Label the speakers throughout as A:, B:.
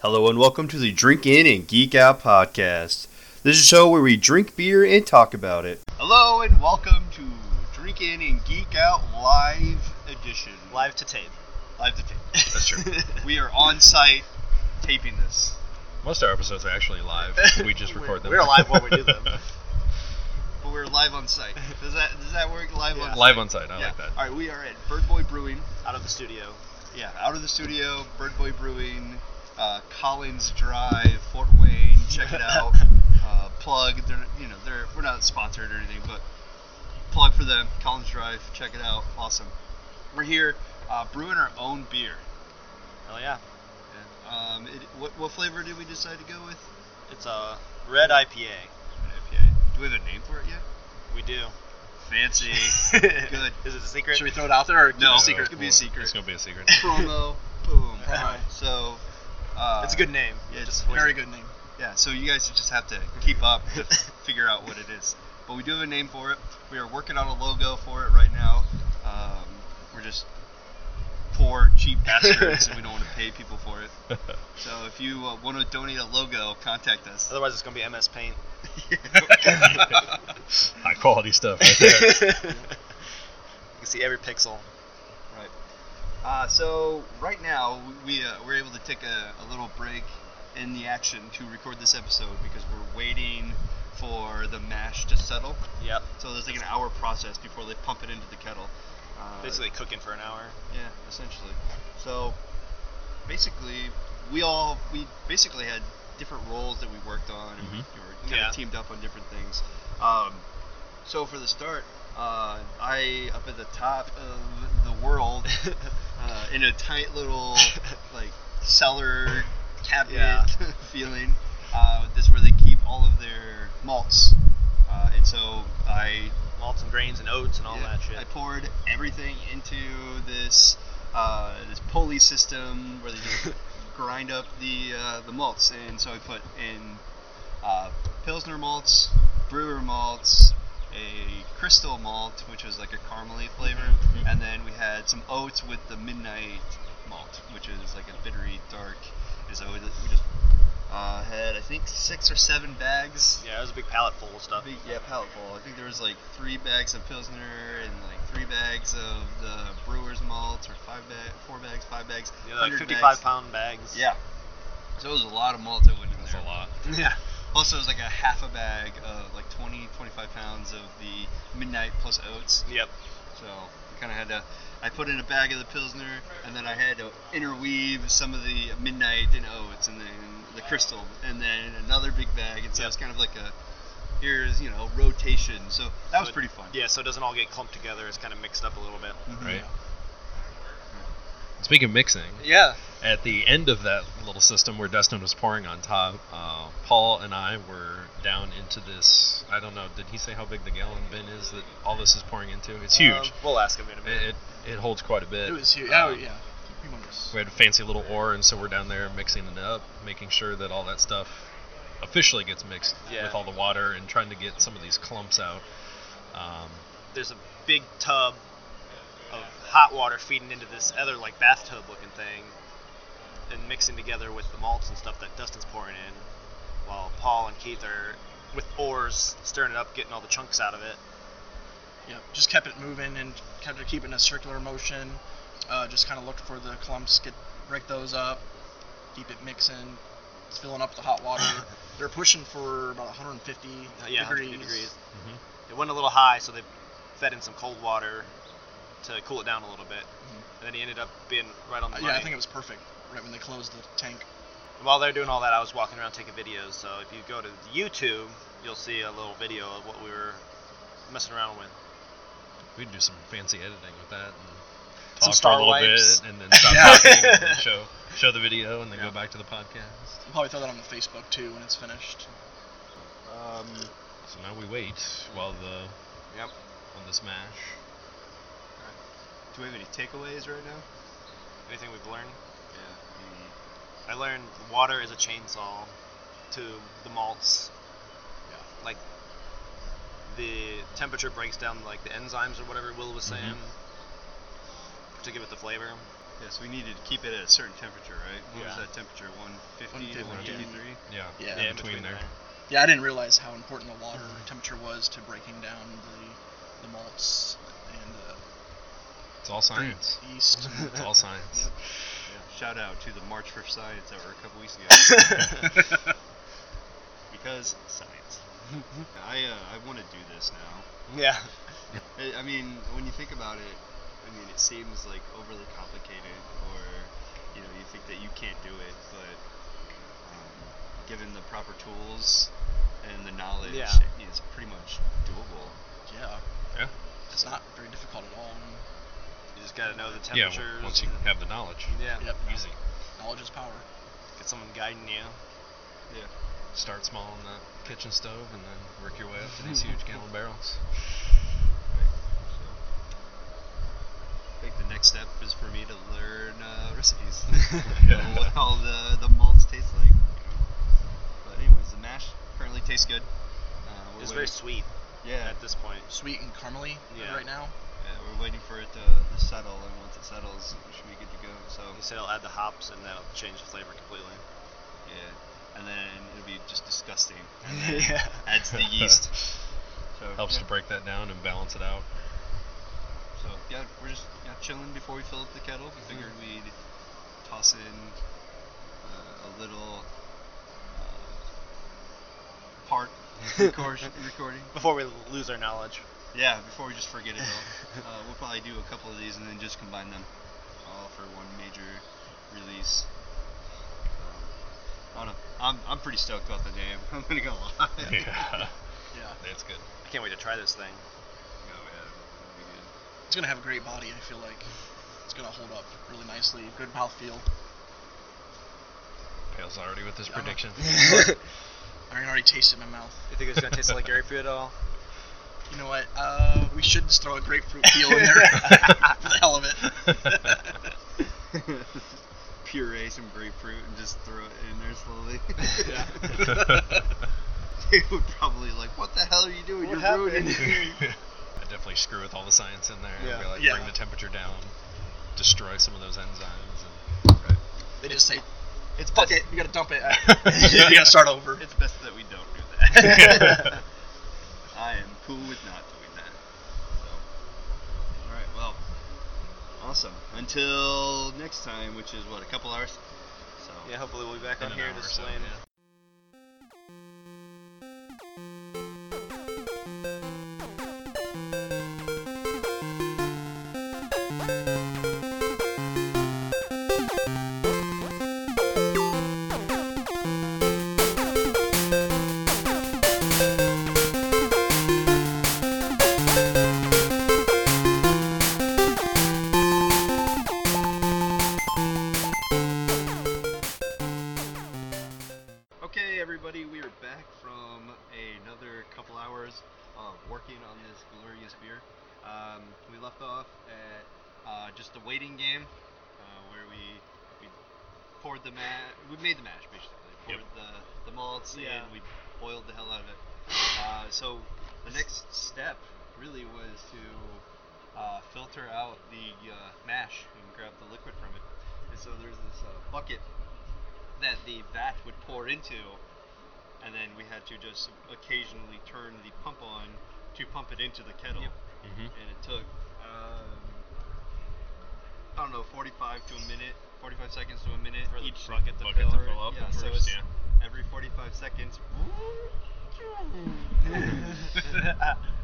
A: Hello and welcome to the Drink In and Geek Out podcast. This is a show where we drink beer and talk about it. Hello and welcome to Drink In and Geek Out live edition.
B: Live to tape.
A: Live to tape. That's true. we are on site taping this.
C: Most of our episodes are actually live. We just
B: We're-
C: record them.
B: we're live when we do them.
A: But we're live on site. Does that does that work? Live on
B: Yeah.
A: site.
C: live on site. I
A: Yeah.
C: like that.
A: All right, we are at Bird Boy Brewing.
B: Out of the studio.
A: Yeah, out of the studio, Bird Boy Brewing, uh, Collins Drive, Fort Wayne. Check it out. uh, plug. They're you know they're we're not sponsored or anything, but plug for them. Collins Drive. Check it out. Awesome. We're here uh, brewing our own beer.
B: Hell yeah.
A: Um, it, what, what flavor did we decide to go with?
B: It's a red IPA.
A: An IPA. Do we have a name for it yet?
B: We do.
A: Fancy. Good.
B: Is it a secret?
A: Should we throw it out there or no?
B: No,
A: It could be
C: Well,
A: a secret.
C: It's gonna be a secret.
A: promo. Boom.
B: Alright.
A: So. Uh,
B: it's a good name.
A: Yeah,
B: It
A: it's
B: just-
A: very good name. Yeah, so you guys just have to keep up to figure out what it is. But we do have a name for it. We are working on a logo for it right now. Um, we're just poor, cheap bastards, and we don't want to pay people for it. So if you uh, want to donate a logo, contact us.
B: Otherwise, it's gonna be MS Paint.
C: High quality stuff right there.
B: you can see every pixel.
A: Right. Uh, so right now we uh, we're able to take a, a little break in the action to record this episode because we're waiting for the mash to settle.
B: Yep.
A: So there's like an hour process before they pump it into the kettle. Uh,
B: Basically cooking for an hour.
A: Yeah, essentially. So basically, we all we basically had different roles that we worked on, and we
C: Mhm.
A: were kind
B: Yeah.
A: of teamed up on different things. Um, so for the start, uh, I up at the top of the world uh, in a tight little like cellar cabinet
B: Yeah.
A: feeling. Uh, this where they keep all of their malts, uh, and so I
B: Malts and grains and oats and all
A: yeah,
B: that shit.
A: I poured everything into this uh, this pulley system where they just grind up the uh, the malts, and so I put in uh, pilsner malts, brewer malts, a crystal malt, which was like a caramely flavor,
B: Mm-hmm.
C: Mhm.
A: and then we had some oats with the midnight malt, which is like a bittery dark. And so we just, we just uh, had I think six or seven bags
B: yeah, it was a big pallet full of stuff.
A: big, yeah, pallet full. I think there was like three bags of Pilsner and like three bags of the Brewer's malt, or five bag, four bags, five bags.
B: Yeah, like
A: 100
B: 55
A: bags.
B: pound bags.
A: Yeah. So it was a lot of malt that went in
C: That's
A: there.
C: a lot.
B: Yeah.
A: Also, it was like a half a bag of like 20, 25 pounds of the Midnight plus oats.
B: Yep.
A: So I kind of had to. I put in a bag of the Pilsner, and then I had to interweave some of the Midnight and oats, and then the Crystal, and then another big bag. And so
B: Yep.
A: it's kind of like a here's you know rotation. So that was
B: So it-
A: pretty fun.
B: Yeah, so it doesn't all get clumped together. It's kind of mixed up a little bit.
A: Mhm.
D: Mm-hmm.
C: Right. Speaking of mixing,
A: Yeah.
C: at the end of that little system where Dustin was pouring on top, uh, Paul and I were down into this. I don't know. Did he say how big the gallon bin is that all this is pouring into? It's huge.
B: Um, we'll ask him in a minute.
C: it, it it holds quite a bit.
D: It was huge.
C: Um,
D: oh yeah, humongous.
C: We had a fancy little ore, and so we're down there mixing it up, making sure that all that stuff officially gets mixed
B: Yeah.
C: with all the water, and trying to get some of these clumps out. Um,
B: there's a big tub of hot water feeding into this other like bathtub looking thing and mixing together with the malts and stuff that Dustin's pouring in while Paul and Keith are with oars stirring it up, getting all the chunks out of it.
D: Yeah, just kept it moving and kept it keeping a circular motion. Uh, just kind of looked for the clumps, get break those up, keep it mixing, it's filling up with the hot water. They're pushing for about 150
B: Uh, yeah, 150
D: degrees.
B: degrees. It went a little high, so they fed in some cold water to cool it down a little bit. And then he ended up being right on the
D: Uh,
B: money.
D: yeah, I think it was perfect right when they closed the tank.
B: While they're doing all that, I was walking around taking videos. So if you go to YouTube, you'll see a little video of what we were messing around with.
C: we could do some fancy editing with that. And
B: Some
C: talk
B: star
C: for a little
B: wipes.
C: bit, and then stop talking, and then show show the video, and then
B: Yeah.
C: go back to the podcast.
D: I'll probably throw that on the Facebook too when it's finished.
A: Um,
C: So now we wait while the
B: Yep.
C: on this mash.
A: do we have any takeaways right now?
B: Anything we've learned?
A: Yeah.
B: I learned water is a chainsaw to the malts.
D: Yeah.
B: Like the temperature breaks down like the enzymes or whatever Will was saying,
C: Mhm.
B: to give it the flavor.
A: Yes, we needed to keep it at a certain temperature, right? What was
B: Yeah.
A: that temperature? 150 to
D: 150.
A: 153?
C: Yeah.
D: Yeah,
C: in
B: in
C: between, there.
D: Yeah, I didn't realize how important the water
B: Mm-hmm.
D: temperature was to breaking down the, the malts and the
C: It's all science.
D: yeast.
C: It's all science.
A: Yeah. Shout out to the March for Science that were a couple weeks ago. because science. I uh, I want to do this now.
B: Yeah.
A: I, I mean, when you think about it, I mean, it seems like overly complicated, or you know, you think that you can't do it, but um, given the proper tools and the knowledge,
B: Yeah.
A: it's pretty much doable.
D: Yeah,
C: Yeah.
D: it's not very difficult at all.
B: You just gotta know the
C: Yeah.
B: temperatures.
C: w- Once you
B: and-
C: have the knowledge,
B: yeah.
D: Yep.
C: easy.
D: Knowledge is power.
B: Get someone guiding you.
A: Yeah.
C: Start small in the kitchen stove, and then work your way up to these
B: Mm-hmm.
C: huge gallon barrels.
A: I think the next step is for me to learn uh, recipes.
C: Yeah.
A: what all the, the malts taste like. You know? But anyways, the mash apparently tastes good. Uh, we're
B: It's
A: waiting-
B: very sweet
A: yeah,
B: at this point.
D: Sweet and caramely
B: Yeah.
D: right now.
A: yeah, Uh, we're waiting for it to, to settle, and once it settles, we should be good to go. So
B: He said he'll add the hops and that'll change the flavor completely.
A: yeah, and then it'll be just disgusting. And then adds the yeast. So
C: Helps
A: yeah.
C: to break that down and balance it out.
A: So yeah, we're just yeah, chilling before we fill up the kettle. We figured
C: Mm-hmm.
A: we'd toss in uh, a little uh, part record, recording.
B: Before we lose our knowledge.
A: Yeah, before we just forget it all, uh, we'll probably do a couple of these and then just combine them all for one major release. Um, I don't know. I'm, I'm pretty stoked about the name. I'm gonna go live.
C: Yeah,
D: Yeah,
C: that's good.
B: I can't wait to try this thing.
A: Oh,
D: it's gonna have a great body. I feel like it's gonna hold up really nicely. Good mouthfeel.
C: Pale's already with his
D: Yeah.
C: prediction.
D: I can already taste it in my mouth.
B: You think it's gonna taste like Gary fruit at all?
D: You know what? Uh, we should just throw a grapefruit peel in there for the hell of it.
A: Yeah. Puree some grapefruit and just throw it in there slowly. they would probably like, "What the hell are you doing?
B: What
A: You're ruining." it."
C: I definitely screw with all the science in there.
B: Yeah.
C: Be like,
D: Yeah.
C: Bring the temperature down, destroy some of those enzymes.
D: They just say,
A: It's
D: "Fuck
A: best-
D: it, we gotta dump it. we gotta start over."
A: It's best that we don't do that.
C: Mm-hmm.
A: I am cool with not doing that. So, all right, well, awesome. Until next time, which is what a couple hours. So
B: Yeah, hopefully we'll be back
C: In
B: on
C: an
B: here
C: hour or so,
B: displaying.
C: yeah.
A: Okay, everybody, we are back from another couple hours of working on this glorious beer. Um, we left off at uh, just a waiting game uh, where we we poured the mash. We made the mash basically.
C: Yep.
A: Poured the the malts
B: Yeah.
A: and we boiled the hell out of it. Uh, so the next step really was to uh, filter out the uh, mash and grab the liquid from it. And so there's this uh, bucket that the vat would pour into, and then we had to just occasionally turn the pump on to pump it into the kettle.
C: Mhm.
A: And it took, um, I don't know, 45 to a minute, 45 seconds to a minute
B: For the
A: each
B: bucket to
C: Bucket
B: fill.
C: to fill up
A: Yeah,
C: at
A: so
C: first,
A: it's
C: yeah.
A: every 45 seconds.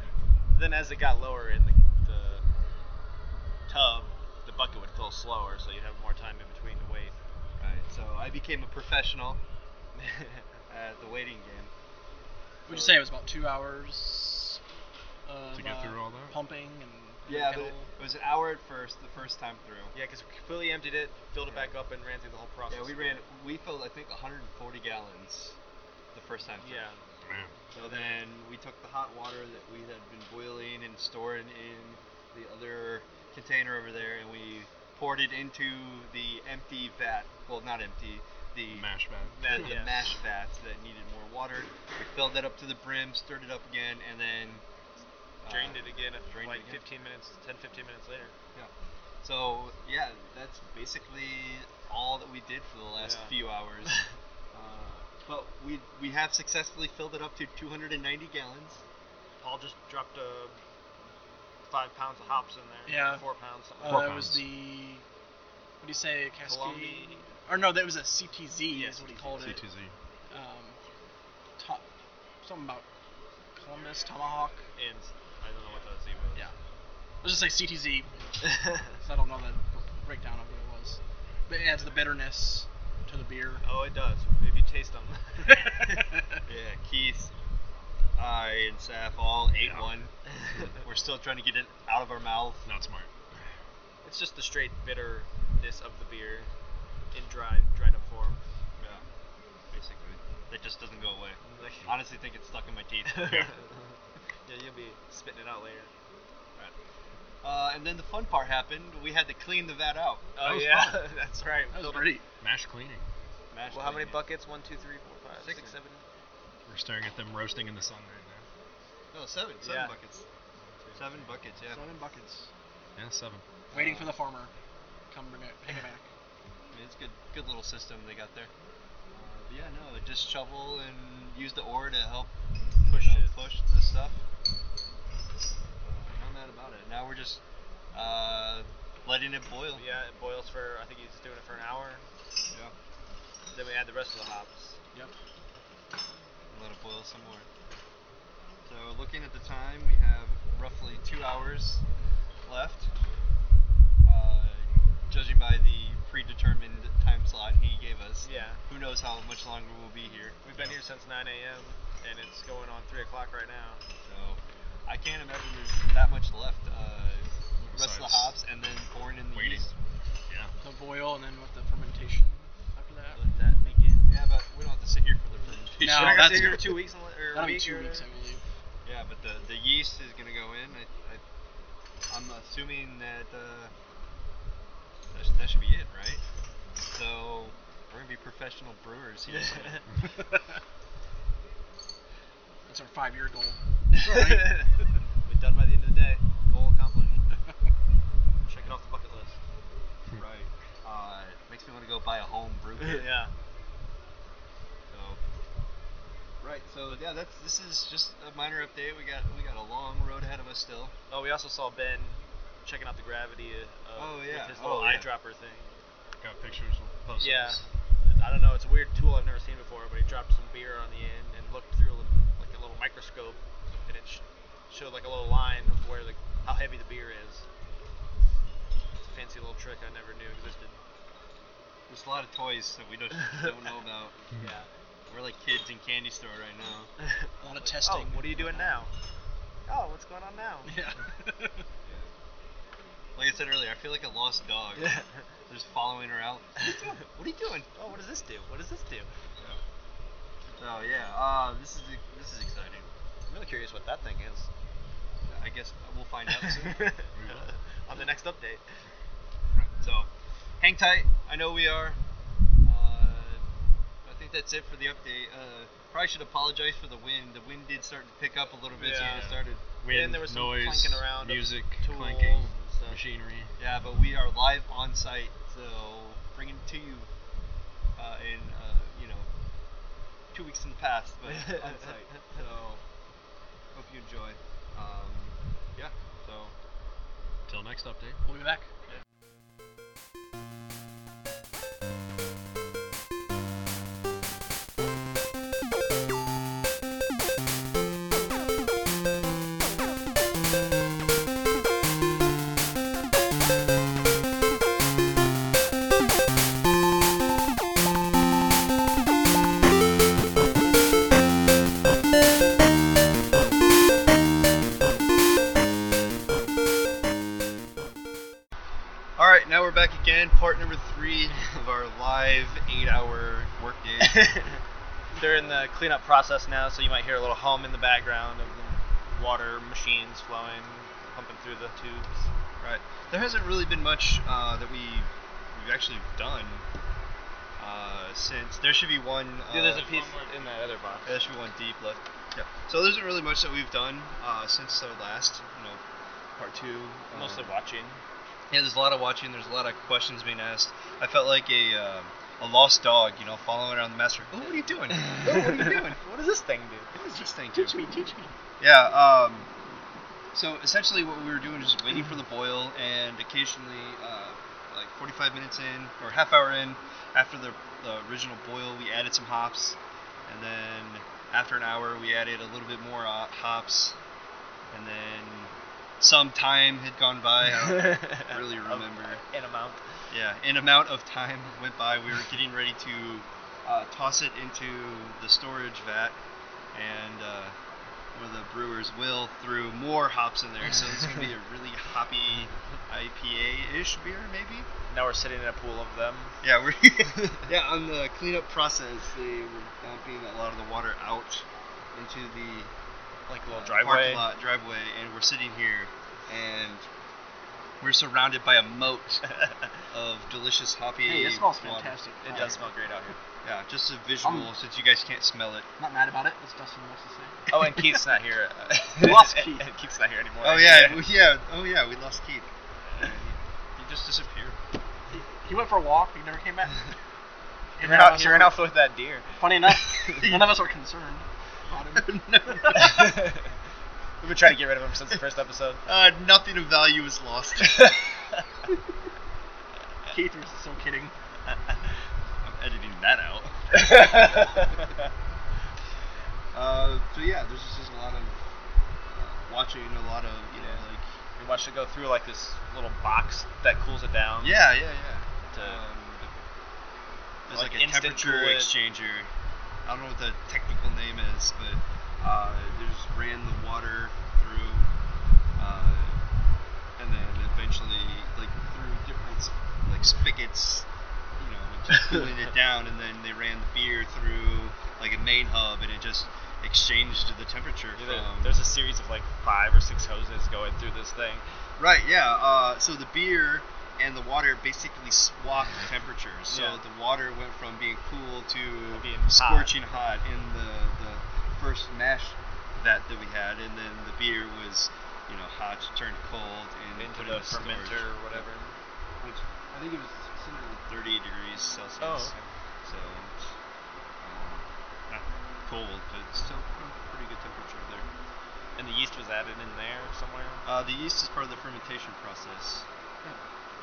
B: then as it got lower in the, the tub, the bucket would fill slower, so you'd have more time in between to wait.
A: Right, so I became a professional at the waiting game.
D: Would you say it was about two hours of,
C: To get through
D: uh,
C: all that?
D: pumping and
A: Yeah, but
D: kettle?
A: it was an hour at first, the first time through.
B: Yeah, because we completely emptied it, filled it
A: Yeah.
B: back up, and ran through the whole process.
A: Yeah, we ran. We filled, I think, 140 gallons the first time. through.
B: Yeah.
C: Man.
A: So then we took the hot water that we had been boiling and storing in the other container over there, and we poured it into the empty vat. Well, not empty. The
C: Mash bag.
B: That,
A: the
B: yeah.
A: mash vat that needed more water. We filled that up to the brim, stirred it up again, and then uh,
B: Drained it again at
A: drained it
B: like
A: again.
B: 15 minutes, 10, 15 minutes later.
A: Yeah. So yeah, that's basically all that we did for the last
B: Yeah.
A: few hours. uh, but we we have successfully filled it up to 290 gallons.
B: Paul just dropped uh, five pounds of hops in there.
D: Yeah.
B: Four pounds. Something
D: Uh,
C: Four
B: like
D: that was
C: pounds.
D: the what do you say,
B: that.
D: Cascade?
B: Colombia.
D: Or no, that was a CTZ
B: Yeah,
D: is what he called it.
C: C2Z.
D: Um, to- something about Columbus Tomahawk.
B: And I don't know what the Z was.
D: Yeah. Let's just say CTZ. 'cause I don't know the breakdown of what it was. But it adds the bitterness to the beer.
B: Oh, it does. If you taste them.
A: Yeah, Keith, I, and Saf all ate
C: Yeah.
A: one. We're still trying to get it out of our mouth.
C: Not smart.
B: it's just the straight bitterness of the beer in dried, dried up form.
A: Yeah, basically, that just doesn't go away.
B: Like-
A: I honestly think it's stuck in my teeth.
B: yeah, Mm-hmm. you'll be spitting it out later.
A: uh, and then the fun part happened. We had to clean the vat out.
B: Oh,
C: was
B: yeah.
C: fun.
B: That's right.
D: That was
B: Filled up-
D: pretty.
C: Mash cleaning.
A: Mash
B: Well, how many
A: cleaning.
B: buckets? One, two, three, four, five,
A: Six.
B: six, seven.
C: We're staring at them roasting in the sun right
A: No, seven. Seven
B: Yeah.
A: buckets. Seven buckets. Yeah.
D: Seven buckets.
C: now. Yeah, seven.
B: Uh,
D: Waiting for the farmer. Come bring it, bring it back.
A: I mean, it's good, good little system they got there. Uh, but yeah, no, just shovel and use the oar to help push
B: Push it.
A: push the stuff. Uh, I'm mad about it. Now we're just uh, letting it boil.
B: Yeah, it boils for, I think he's doing it for an hour.
A: Yeah.
B: Then we add the rest of the hops.
D: Yep.
A: and let it boil some more. So looking at the time, we have roughly two hours left. Uh, judging by the predetermined time slot he gave us,
B: Yeah.
A: who knows how much longer we'll be here.
B: We've been here since 9 a.m. and it's going on 3 o'clock right now.
A: So I can't imagine there's that much left. Uh, rest of the hops
C: Besides
A: and then pouring in the
C: waiting.
A: yeast.
C: Yeah.
D: The boil and then with the fermentation after that.
B: Let that begin.
A: Yeah, but we don't have to sit here for the fermentation.
D: No,
B: Should I got to
D: that's
B: here
D: good.
B: two weeks and let- or a
D: That'll be
B: week
D: two
B: or
D: weeks, I
B: whatever?
D: believe.
A: Yeah, but the, the yeast is gonna go in. I, I I'm assuming that uh, that, sh- that should be it, right? So we're gonna be professional brewers here. soon.
D: That's our five-year goal.
A: Alright.
B: We're done by the end of the day. Goal accomplished. Check it off the bucket list.
A: right. Uh, makes me want to go buy a home brew kit.
B: yeah.
A: So. Right. So yeah, that's this is just a minor update. We got we got a long road ahead of us still.
B: Oh, we also saw Ben checking out the gravity uh,
A: Oh, yeah.
B: with his
A: Oh,
B: little
A: yeah.
B: eyedropper thing.
C: Got pictures of posts.
B: Yeah. It's- I don't know. It's a weird tool I've never seen before, but he dropped some beer on the end and looked through a little, like a little microscope, and it sh- showed like a little line of where the how heavy the beer is. It's a fancy little trick I never knew existed.
A: There's a lot of toys that we don't don't know about.
C: Mm-hmm.
B: Yeah.
A: We're like kids in candy store right now.
D: A lot of testing.
B: Oh, what are you doing now? Oh, what's going on now?
D: Yeah.
A: Like I said earlier, I feel like a lost dog.
B: Yeah.
A: They're just following her out.
B: what are you doing? Oh, what does this do? What does this do?
A: Oh yeah. Uh, this is this is exciting.
B: I'm really curious what that thing is.
A: I guess we'll find out soon.
C: will.
B: on the next update.
A: so, hang tight. I know we are. Uh, I think that's it for the update. Uh, probably should apologize for the wind. The wind did start to pick up a little bit
B: Yeah.
A: since we started.
C: Wind,
B: there was some
C: noise,
B: clanking around of
C: music,
B: tools
C: clanking,
B: and stuff.
C: machinery.
A: Yeah, but we are live on site, so bringing it to you uh, in uh, you know two weeks in the past, but on site. So hope you enjoy. Um, yeah. So.
C: Till next update.
D: We'll be back.
A: All right, now we're back again, part number three of our live eight-hour workday.
B: They're in the cleanup process now, so you might hear a little hum in the background of the water machines flowing, pumping through the tubes.
A: right. There hasn't really been much uh, that we we've actually done uh, since there should be one. Uh,
B: Dude, there's a piece in that other box.
A: There should be one deep left. Yeah. So there isn't really much that we've done uh, since our last, you know, part two. um,
B: Mostly watching.
A: yeah, there's a lot of watching. There's a lot of questions being asked. I felt like a um, a lost dog, you know, following around the master. Oh, what are you doing? Oh, what are you doing?
B: What does this thing do?
A: What is this thing do?
B: Teach me, teach me.
A: Yeah. Um, so essentially, what we were doing is just waiting for the boil, and occasionally, uh, like 45 minutes in or half hour in, after the, the original boil, we added some hops, and then after an hour, we added a little bit more uh, hops, and then some time had gone by. I don't really remember.
B: An amount.
A: Yeah, an amount of time went by. We were getting ready to uh, toss it into the storage vat, and uh, where the brewers will threw more hops in there. So it's gonna be a really hoppy IPA-ish beer, maybe.
B: Now we're sitting in a pool of them.
A: Yeah, we're yeah on the cleanup process. They were dumping a lot of the water out into the
B: Like a
A: uh,
B: little
A: parking
B: driveway.
A: lot driveway, and we're sitting here, and we're surrounded by a moat of delicious hoppy.
D: Hey, it smells
A: water.
D: fantastic.
B: It does smell great out here.
A: Yeah, just a visual
D: Um,
A: since you guys can't smell it.
D: Not mad about it. As Dustin wants to say.
B: Oh, and Keith's not here. uh,
D: We lost Keith.
B: Keith's not here anymore.
A: Oh yeah, well, yeah. Oh yeah, we lost Keith. Yeah, he, he just disappeared.
D: He, he went for a walk. He never came back.
B: He
D: And
B: ran,
D: none of
B: off,
D: us
B: he
D: were-
B: ran off with that deer.
D: Funny enough, none of us were concerned about him.
B: We've been trying to get rid of him since the first episode.
A: Uh, nothing of value was lost.
D: Keith was so kidding.
A: I'm editing that out. Uh, so yeah, there's just, just a lot of uh, watching, a lot of you know
B: Yeah.
A: like
B: we watched it go through like this little box that cools it down.
A: yeah, yeah, yeah.
B: To,
A: There's
B: Like
A: like, a
B: instant
A: temperature
B: coolant.
A: exchanger. I don't know what the technical name is, but uh, they just ran the water through, uh, and then eventually, like through different like spigots, you know, and just cooling it down, and then they ran the beer through like a main hub, and it just exchanged the temperature
B: Yeah, there-
A: from
B: there's a series of like five or six hoses going through this thing.
A: Right, yeah. Uh, so the beer and the water basically swapped temperatures. So
B: Yeah.
A: the water went from being cool to
B: Being
A: scorching hot, in the, the first mash vat that we had, and then the beer was, you know, hot, turned cold, and
B: into
A: put
B: the
A: in storage,
B: fermenter or whatever.
A: Which I think it was considered 30 degrees Celsius.
B: Oh.
A: So um, not cold, but still a pretty good temperature there.
B: And the yeast was added in there somewhere.
A: Uh, the yeast is part of the fermentation process.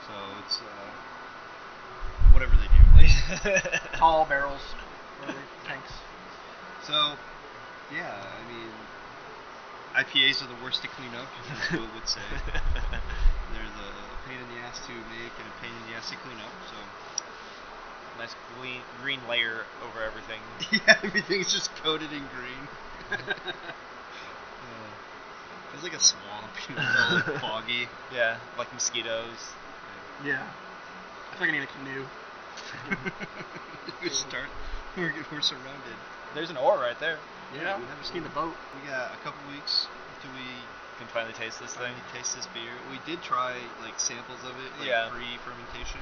A: So it's uh, whatever they do.
D: Tall barrels, whatever, tanks.
A: so yeah, I mean, IPAs are the worst to clean up, as Will would say. They're the pain in the ass to make and a pain in the ass to clean up. So
B: nice green, green layer over everything.
A: yeah, everything's just coated in green. Uh, It's like a swamp, you know, it's all like foggy.
B: Yeah, like mosquitoes.
D: Yeah. I feel like I need a canoe.
A: we start. We're, we're surrounded.
B: There's an ore right there.
A: Yeah.
D: we never seen the boat.
A: We got a couple weeks till we
B: You can finally taste this thing.
A: finally taste this beer. We did try like samples of it, like
B: Yeah.
A: pre-fermentation.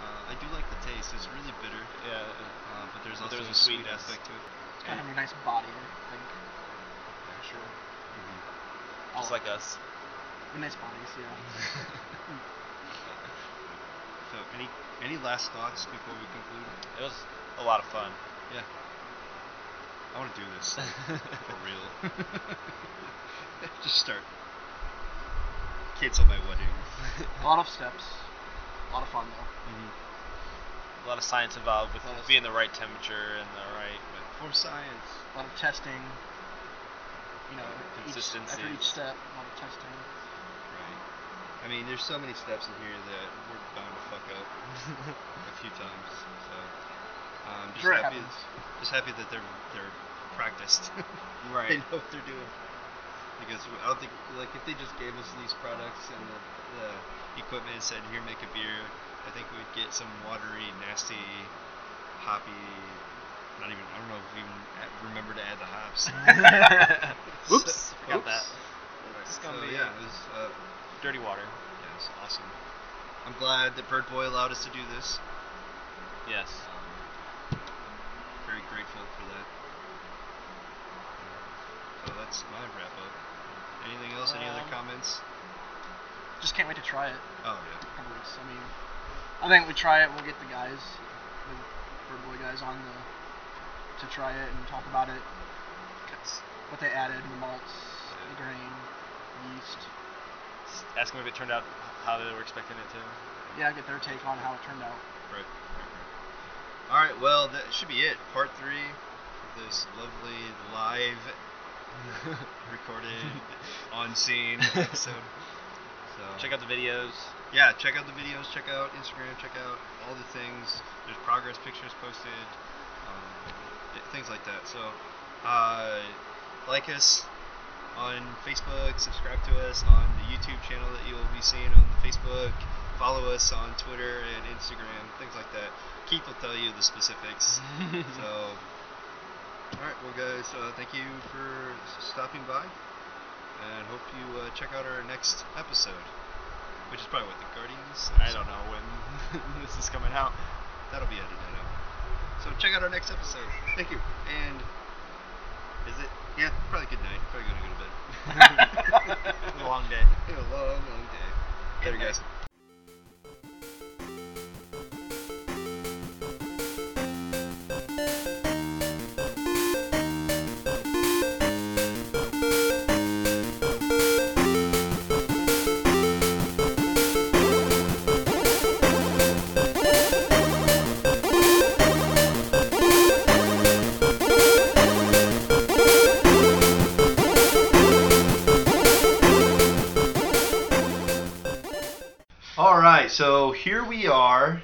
A: Uh, I do like the taste. It's really bitter,
B: Yeah.
A: uh, but there's
B: But
A: also a
B: there's a
A: sweet
B: sweetness.
A: aspect to it.
D: It's got a nice body. I think.
A: sure.
B: Just like us.
D: Nice bodies, yeah.
A: So any any last thoughts before we conclude?
B: It was a lot of fun.
A: Yeah. I want to do this like, for real. Just start. Cancel my wedding.
D: A lot of steps. A lot of fun though.
A: Mm-hmm.
B: A lot of science involved with
A: A lot of
B: being the right temperature and the right.
A: For science.
D: A lot of testing. You know, each, after
B: Consistency.
D: each step, a lot of testing.
A: Right. I mean, there's so many steps in here that we're bound to fuck up a few times. So um, just
D: Sure, it
A: happy,
D: happens.
A: just happy that they're they're practiced. they know what they're doing. Because I don't think like if they just gave us these products and the, the equipment and said here make a beer, I think we'd get some watery, nasty, hoppy. Not even I don't know if we even a- remember to add the hops.
B: Oops. Got
A: Oops.
B: that.
A: so
B: It's gonna be
A: yeah, it was. Uh,
B: dirty water.
A: yeah, it's awesome. I'm glad that Bird Boy allowed us to do this.
B: Yes.
A: Um, very grateful for that. So that's my wrap up. Anything else? Any other
B: Um,
A: comments?
D: Just can't wait to try it.
A: Oh yeah.
D: couple weeks. I mean, I think we try it. We'll get the guys, the bird boy guys, on the to try it and talk about it. What they added, the malts, the grain, yeast.
B: Ask them if it turned out how they were expecting it to.
D: Yeah, get their take on how it turned out.
A: Right. All right. Well, that should be it. Part three of this lovely live recorded on scene episode. So
B: Check out the videos.
A: yeah, check out the videos. Check out Instagram. Check out all the things. There's progress pictures posted. Um, th- things like that. So uh, like us on Facebook. Subscribe to us on the YouTube channel that you will be seeing on the Facebook. Follow us on Twitter and Instagram. Things like that. Keith will tell you the specifics. So, all right, well, guys, uh, thank you for s- stopping by, and hope you uh, check out our next episode, which is probably what the Guardians.
B: I don't know when this is coming out.
A: That'll be edited out. So check out our next episode. Thank you. And is it? Yeah, probably good night. Probably gonna go to bed.
B: Long day.
A: Been a long, long day. Later, guys. All right, so here we are.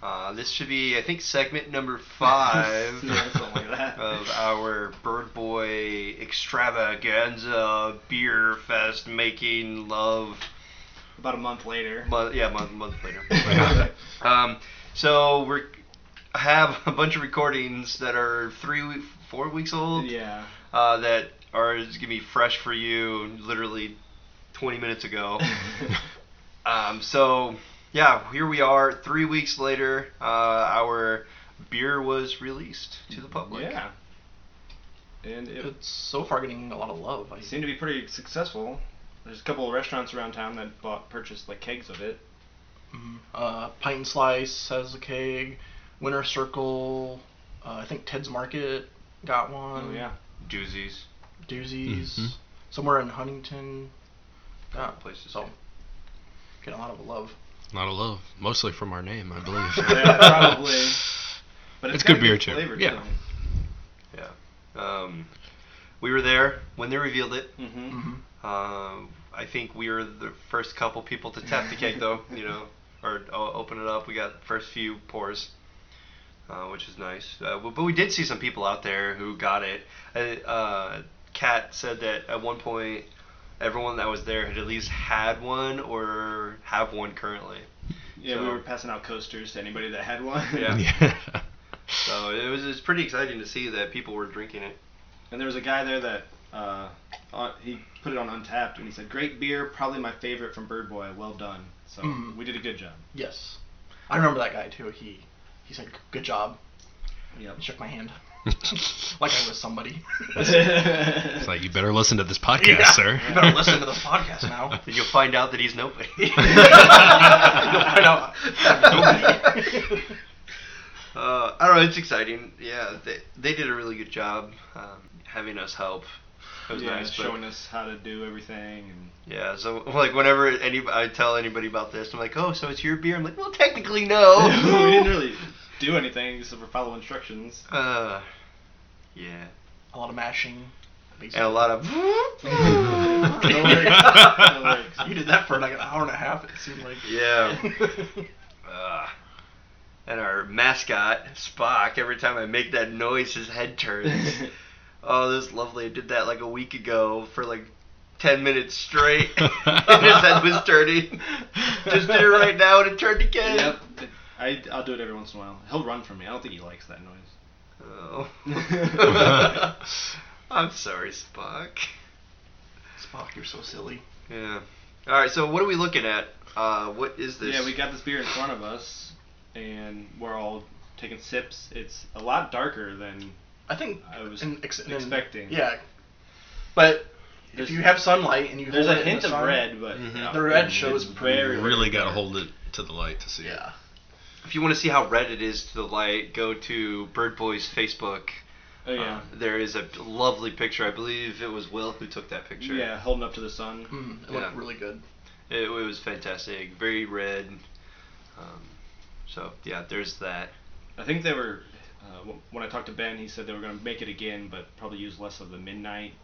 A: Uh, this should be, I think, segment number five
B: Yeah, something like that.
A: of our Bird Boy Extravaganza Beer Fest making love.
B: About a month later.
A: Month, yeah, month, month later. um, so we have a bunch of recordings that are three, we- four weeks old.
B: Yeah.
A: Uh, that are is gonna be fresh for you, literally 20 minutes ago. Um, so yeah, here we are. Three weeks later, uh, our beer was released to the public.
E: Yeah. And it
D: It's so far getting a lot of love. I
E: seemed to be pretty successful. There's a couple of restaurants around town that bought purchased like kegs of it. Mm-hmm.
D: Mhm. Uh, Pint and Slice has a keg. Winter Circle. Uh, I think Ted's Market got one.
A: Mm.
E: Oh yeah.
A: Doozies.
D: Doozies.
C: Mhm.
D: Somewhere in Huntington. Got
A: Places.
D: So getting a lot of love.
C: Not a love, mostly from our name, I believe.
E: yeah, probably. But
C: It's
E: got
C: good
E: a
C: beer, too.
E: flavor
C: Yeah.
E: to
A: Yeah. Um, we were there when they revealed it.
C: Hmm.
E: it. Mhm.
D: Mm-hmm.
A: Um, I think we were the first couple people to tap the cake, though. You know, or o- open it up. We got the first few pours, uh, which is nice. Uh, w- but we did see some people out there who got it. Uh, Uh, Kat said that at one point, everyone that was there had at least had one or have one currently.
E: Yeah, we
A: So-
E: were passing out coasters to anybody that had one.
A: Yeah.
C: yeah.
A: So it was it's pretty exciting to see that people were drinking it.
E: And there was a guy there that uh, uh, he put it on Untapped and he said, "Great beer, probably my favorite from Bird Boy. Well done." So
D: Mhm.
E: we did a good job.
D: Yes. I remember that guy too. He he said good job.
E: Yep.
D: and shook my hand like I was somebody.
C: It's like you better listen to this podcast, sir.
D: You better listen to this podcast now.
A: You'll find out that he's nobody.
D: You'll find out I'm nobody.
A: Uh, I don't know. It's exciting. Yeah, they, they did a really good job um, having us help. It was
E: yeah,
A: nice. but-
E: showing us how to do everything. And
A: yeah, so like whenever any I tell anybody about this, I'm like, oh, so it's your beer. I'm like, well, technically Oh, no.
E: we didn't really do anything except for follow instructions.
A: uh, yeah,
D: a lot of mashing.
A: and a lot of.
E: No lyrics. No lyrics.
D: You did that for like an hour and a half. It seemed like.
A: yeah. Uh, and our mascot Spock. Every time I make that noise, his head turns. Oh, this is lovely. I did that like a week ago for like 10 minutes straight. and his head was turning. Just did it right now and it turned again.
E: yep. I, I'll do it every once in a while. He'll run from me. I don't think he likes that noise.
A: Oh. I'm sorry, Spock.
D: Spock, you're so silly.
A: Yeah. All right, so what are we looking at? Uh, what is this?
E: Yeah, we got this beer in front of us, and we're all taking sips. It's a lot darker than
D: I think
E: I was
D: in, ex- in-
E: expecting.
D: yeah, but
B: There's-
D: if you have sunlight and you
B: There's a
D: hold it in
B: hint
D: the
B: of
D: sun-
B: red, but
C: Mhm.
E: uh,
B: no,
D: The red
B: it's
D: shows
B: very
C: You
B: very
C: really got to
B: dark.
C: hold it to the light to see it.
D: Yeah.
A: If you want to see how red it is to the light, go to Bird Boy's Facebook.
B: Oh yeah,
A: Uh, there is a lovely picture. I believe it was Will who took that picture.
B: yeah, holding up to the sun.
D: Mm, it
A: Yeah.
D: looked really good.
A: It, it was fantastic. Very red. Um, so, yeah, there's that.
B: I think they were. Uh, w- when I talked to Ben, he said they were going to make it again, but probably use less of the midnight,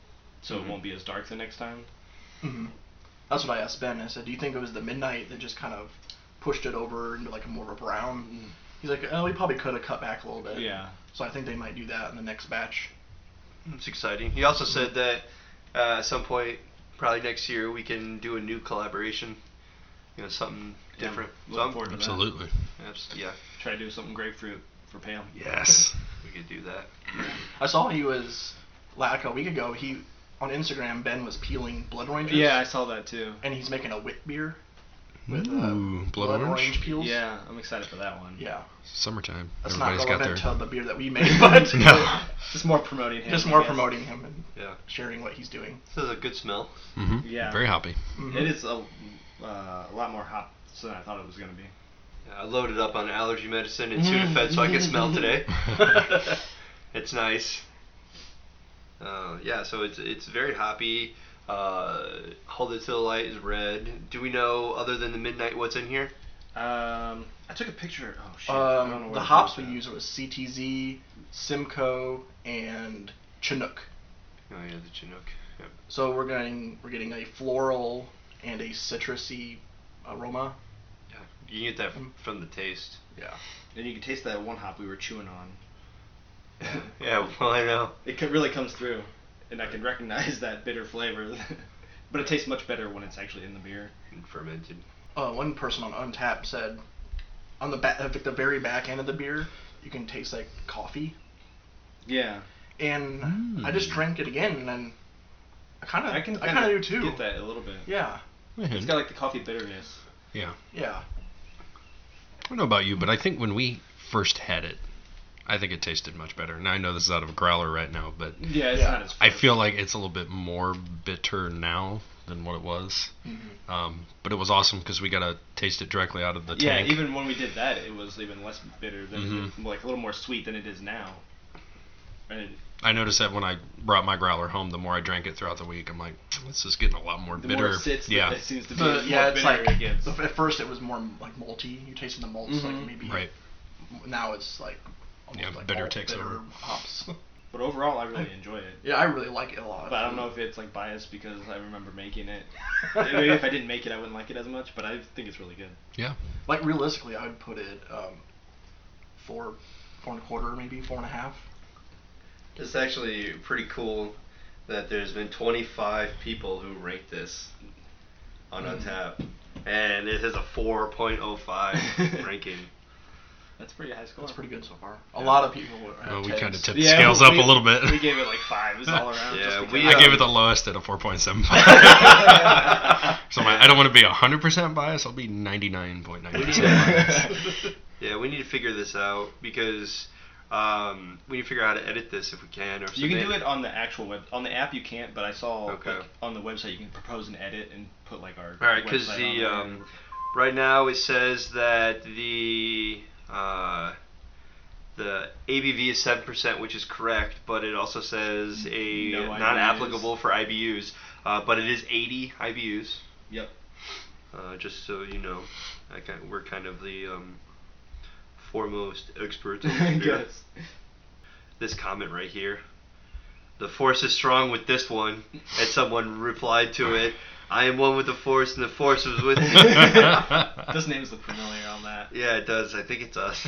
B: so
A: Mhm.
B: it won't be as dark the next time.
D: Mhm. That's what I asked Ben. I said, "Do you think it was the midnight that just kind of pushed it over into like more of a brown?" He's like, "Oh, we probably could have cut back a little bit."
B: Yeah.
D: So I think they might do that in the next batch.
A: It's exciting. He also said that uh, at some point, probably next year, we can do a new collaboration. You know, something
B: Yeah,
A: different.
B: looking
A: So I'm-
B: forward to that.
C: Absolutely.
A: abs- yeah.
B: Try to do something grapefruit for Pam.
C: Yes.
A: We could do that.
D: I saw he was like a week ago. He on Instagram, Ben was peeling blood oranges.
B: Yeah, I saw that too.
D: And he's making a wit beer.
C: Ooh,
D: With, uh,
C: blood, orange.
D: peels.
B: Yeah, I'm excited for that one.
D: Yeah.
C: Summertime.
D: That's
C: Everybody's got
D: not
C: their.
D: relevant to the beer that we made, but
C: No.
B: Just more promoting him.
D: just
B: I
D: more
B: guess.
D: promoting him and
A: Yeah.
D: sharing what he's doing.
A: This is a good smell.
C: hmm
B: Yeah.
C: Very hoppy.
D: Mhm.
B: It is a, uh, a lot more hot than I thought it was going to be.
A: Yeah, I loaded up on allergy medicine and Sudafed so I can smell today. it's nice. Uh, yeah, so it's it's very hoppy. Uh, hold it to the light is red. Do we know other than the midnight what's in here?
B: Um, I took a picture. Oh shit. I don't know
D: Um,
B: where
D: the
B: it
D: hops we
B: goes now.
D: used was CTZ, Simcoe, and Chinook.
A: Oh yeah, the Chinook. Yep.
D: So we're getting we're getting a floral and a citrusy aroma.
A: Yeah. You can get that from, from the taste.
D: Yeah.
B: And you can taste that one hop we were chewing on.
A: yeah, well I know.
B: It co- really comes through, and I can recognize that bitter flavor. but it tastes much better when it's actually in the beer.
A: And fermented.
D: Uh, one person on Untapped said, on the back, like the very back end of the beer, you can taste like coffee.
B: Yeah.
D: And I just
C: Mm.
D: drank it again, and then I kind of
B: I can
D: I kind
B: kinda
D: of do too.
B: Get that a little bit.
D: Yeah.
B: It's got like the coffee bitterness.
C: Hmm. yeah.
D: Yeah.
C: I don't know about you, but I think when we first had it, I think it tasted much better. And I know this is out of a growler right now, but
B: Yeah, it's
D: Yeah.
B: not as.
C: I feel like it's a little bit more bitter now than what it was.
B: Mm-hmm.
C: Um, but it was awesome because we got to taste it directly out of the
B: yeah,
C: tank.
B: even when we did that, it was even less bitter than
C: Mhm.
B: like a little more sweet than it is now. And it,
C: I noticed that when I brought my growler home, the more I drank it throughout the week, I'm like, this is getting a lot more
B: the
C: bitter.
B: more it sits, the-
C: yeah.
B: it seems to be.
D: But
B: the
D: yeah,
B: more
D: it's
B: bitter
D: like
B: it gets.
D: at first it was more like malty. You tasted the malts,
B: Mhm.
D: like maybe
C: Mm-hmm. Right.
D: now it's like almost
C: Yeah,
D: like
C: bitter
D: all
C: takes
D: bitter
C: over.
D: hops.
B: But overall, I really enjoy it.
D: yeah, I really like it a lot.
B: But I don't know if it's like biased because I remember making it. Maybe if I didn't make it, I wouldn't like it as much. But I think it's really good.
C: yeah.
D: like realistically, I would put it um, four, four and a quarter, maybe four and a half.
A: It's actually pretty cool that there's been 25 people who ranked this on
B: Hmm.
A: Untap, and it has a 4.05 ranking.
B: That's pretty high score.
D: That's pretty good so far. A lot of people. Were
C: Well, we kind of tipped the
B: uh, Yeah,
C: scales
B: we-
C: up a little bit.
B: We gave it like fives all around.
A: Yeah,
B: just because-
A: we,
C: I
A: uh,
C: gave it the lowest at a 4.75. so my, I don't want to be 100% biased. I'll be 99.9%.
A: Yeah, we need to figure this out because um, we need to figure out how to edit this if we can. Or
B: You can
A: submit-
B: do it on the actual web on the app. You can't, but I saw
A: Okay.
B: like, on the website you can propose an edit and put like our.
A: All right, because
B: website
A: the
B: on there.
A: um, right now it says that the uh, the ABV is seven percent, which is correct, but it also says a
B: No IBUs.
A: non-applicable for IBUs, uh, but it is eighty IBUs.
B: Yep.
A: Uh, just so you know, I kind we're kind of the um, foremost experts. in this area.
B: Yes.
A: This comment right here. The force is strong with this one, and someone replied to it. I am one with the force, and the force was with me.
B: Those names look familiar on that.
A: Yeah, it does. I think it's us.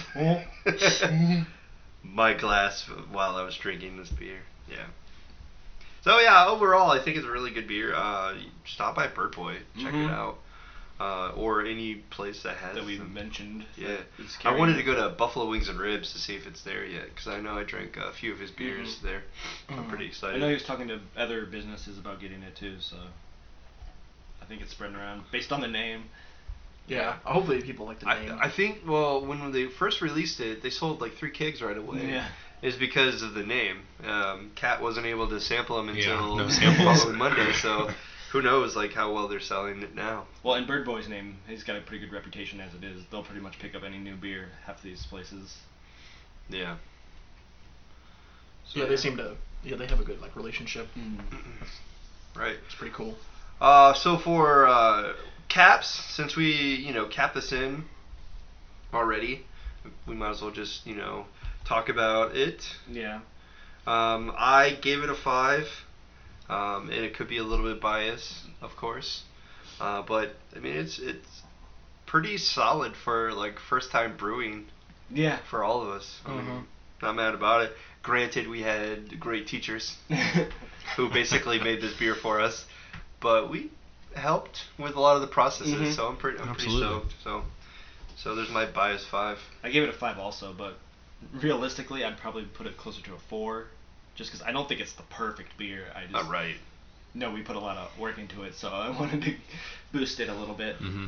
A: My glass while I was drinking this beer. Yeah. So yeah, overall, I think it's a really good beer. Uh, stop by Bird Boy, check
B: Mhm.
A: it out, uh, or any place that has
B: That we
A: them.
B: mentioned.
A: Yeah,
B: It's
A: I wanted to
B: carrying-
A: go to Buffalo Wings and Ribs to see if it's there yet, because I know I drank a few of his beers there. I'm
D: Mhm.
A: pretty
B: Mm-hmm. I
A: excited.
B: know he was talking to other businesses about getting it too, so I think it's spreading around based on the name.
D: Yeah, hopefully people like the name.
A: I, I think well when they first released it, they sold like three kegs right away. is because of the name. Um, Cat wasn't able to sample them
F: Yeah,
A: until
F: no samples.
A: following Monday, so who knows like how well they're selling it now.
C: Well, in Bird Boy's name, he's got a pretty good reputation as it is. They'll pretty much pick up any new beer half these places.
A: Yeah. So,
G: yeah, they seem to. Yeah, they have a good like relationship.
C: Mm-hmm.
A: right.
G: It's pretty cool.
A: Uh, so for uh, caps, since we you know cap this in already, we might as well just you know talk about it.
C: Yeah.
A: Um, I gave it a five, um, and it could be a little bit biased, of course, uh, but I mean it's it's pretty solid for like first time brewing
C: Yeah.
A: for all of us. I mean, not mad about it. Granted, we had great teachers who basically made this beer for us, but we helped with a lot of the processes.
C: Mhm.
A: So I'm pretty I'm
F: Absolutely.
A: pretty stoked. So so there's my bias five.
C: I gave it a five also, but realistically, I'd probably put it closer to a four, just because I don't think it's the perfect beer. I just
A: All right.
C: know we put a lot of work into it, so I wanted to boost it a little bit.
F: hmm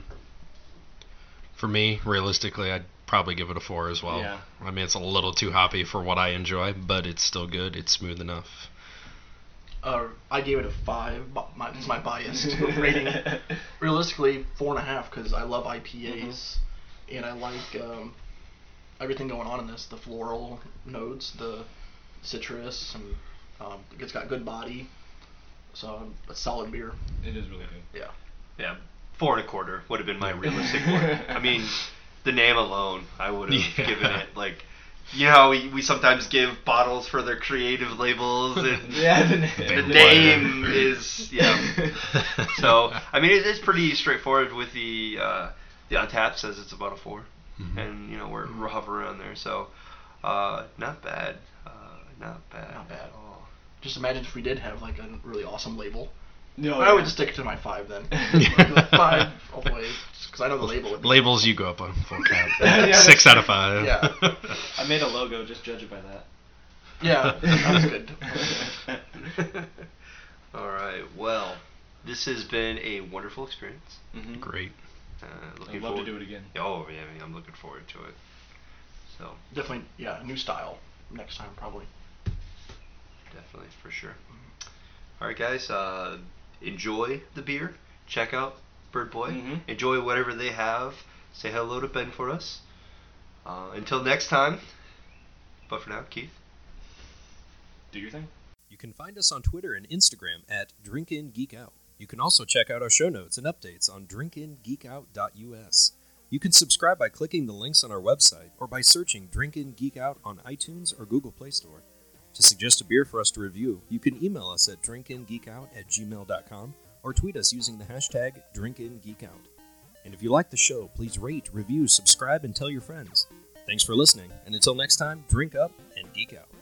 F: For me, realistically, I'd probably give it a four as well.
C: Yeah.
F: I mean, it's a little too hoppy for what I enjoy, but it's still good. It's smooth enough.
G: Uh, I gave it a five. but My, it's my biased rating. Realistically, four and a half because I love IPAs and I like um, everything going on in this. The floral notes, the citrus, and um, it's got good body. So um, a solid beer.
C: It is really
G: Yeah.
A: Yeah, four and a quarter would have been my realistic one. I mean, the name alone, I would have
F: Yeah.
A: given it like. You know how we, we sometimes give bottles for their creative labels and
C: good. Yeah, the name.
A: the
F: Big
A: name is yeah. so I mean it is pretty straightforward with the uh, the untap says it's about a 4
F: Mhm.
A: and you know we're, we're hovering around there so uh, not bad uh, not bad
G: Not
A: at
G: bad.
A: all.
G: Just imagine if we did have like a really awesome label.
C: No,
G: I
C: Oh, yeah.
G: would stick to my five then. five all the way because I know the label. Would be
F: Labels you go up on four cap.
C: Yeah,
F: Six
C: that's
F: out of five.
G: Yeah.
C: I made a logo. Just judge it by that.
G: Yeah, that was good.
A: all right, well this has been a wonderful experience.
C: Mhm.
F: Great.
A: Uh, looking
C: I'd love
A: forward
C: to do it again.
A: Oh yeah, I mean, I'm looking forward to it. So
G: Definitely, yeah, new style next time probably.
A: definitely for sure. All right, guys, uh, enjoy the beer. Check out Bird Boy.
C: Mhm.
A: Enjoy whatever they have. Say hello to Ben for us. Uh, until next time. But for now, Keith.
C: Do your thing.
H: You can find us on Twitter and Instagram at DrinkInGeekOut. You can also check out our show notes and updates on drinkingeekout.us. You can subscribe by clicking the links on our website or by searching Drink In Geek Out on iTunes or Google Play Store. To suggest a beer for us to review, you can email us at drinkingeekout at gmail.com or tweet us using the hashtag DrinkInGeekOut. And if you like the show, please rate, review, subscribe, and tell your friends. Thanks for listening, and until next time, drink up and geek out.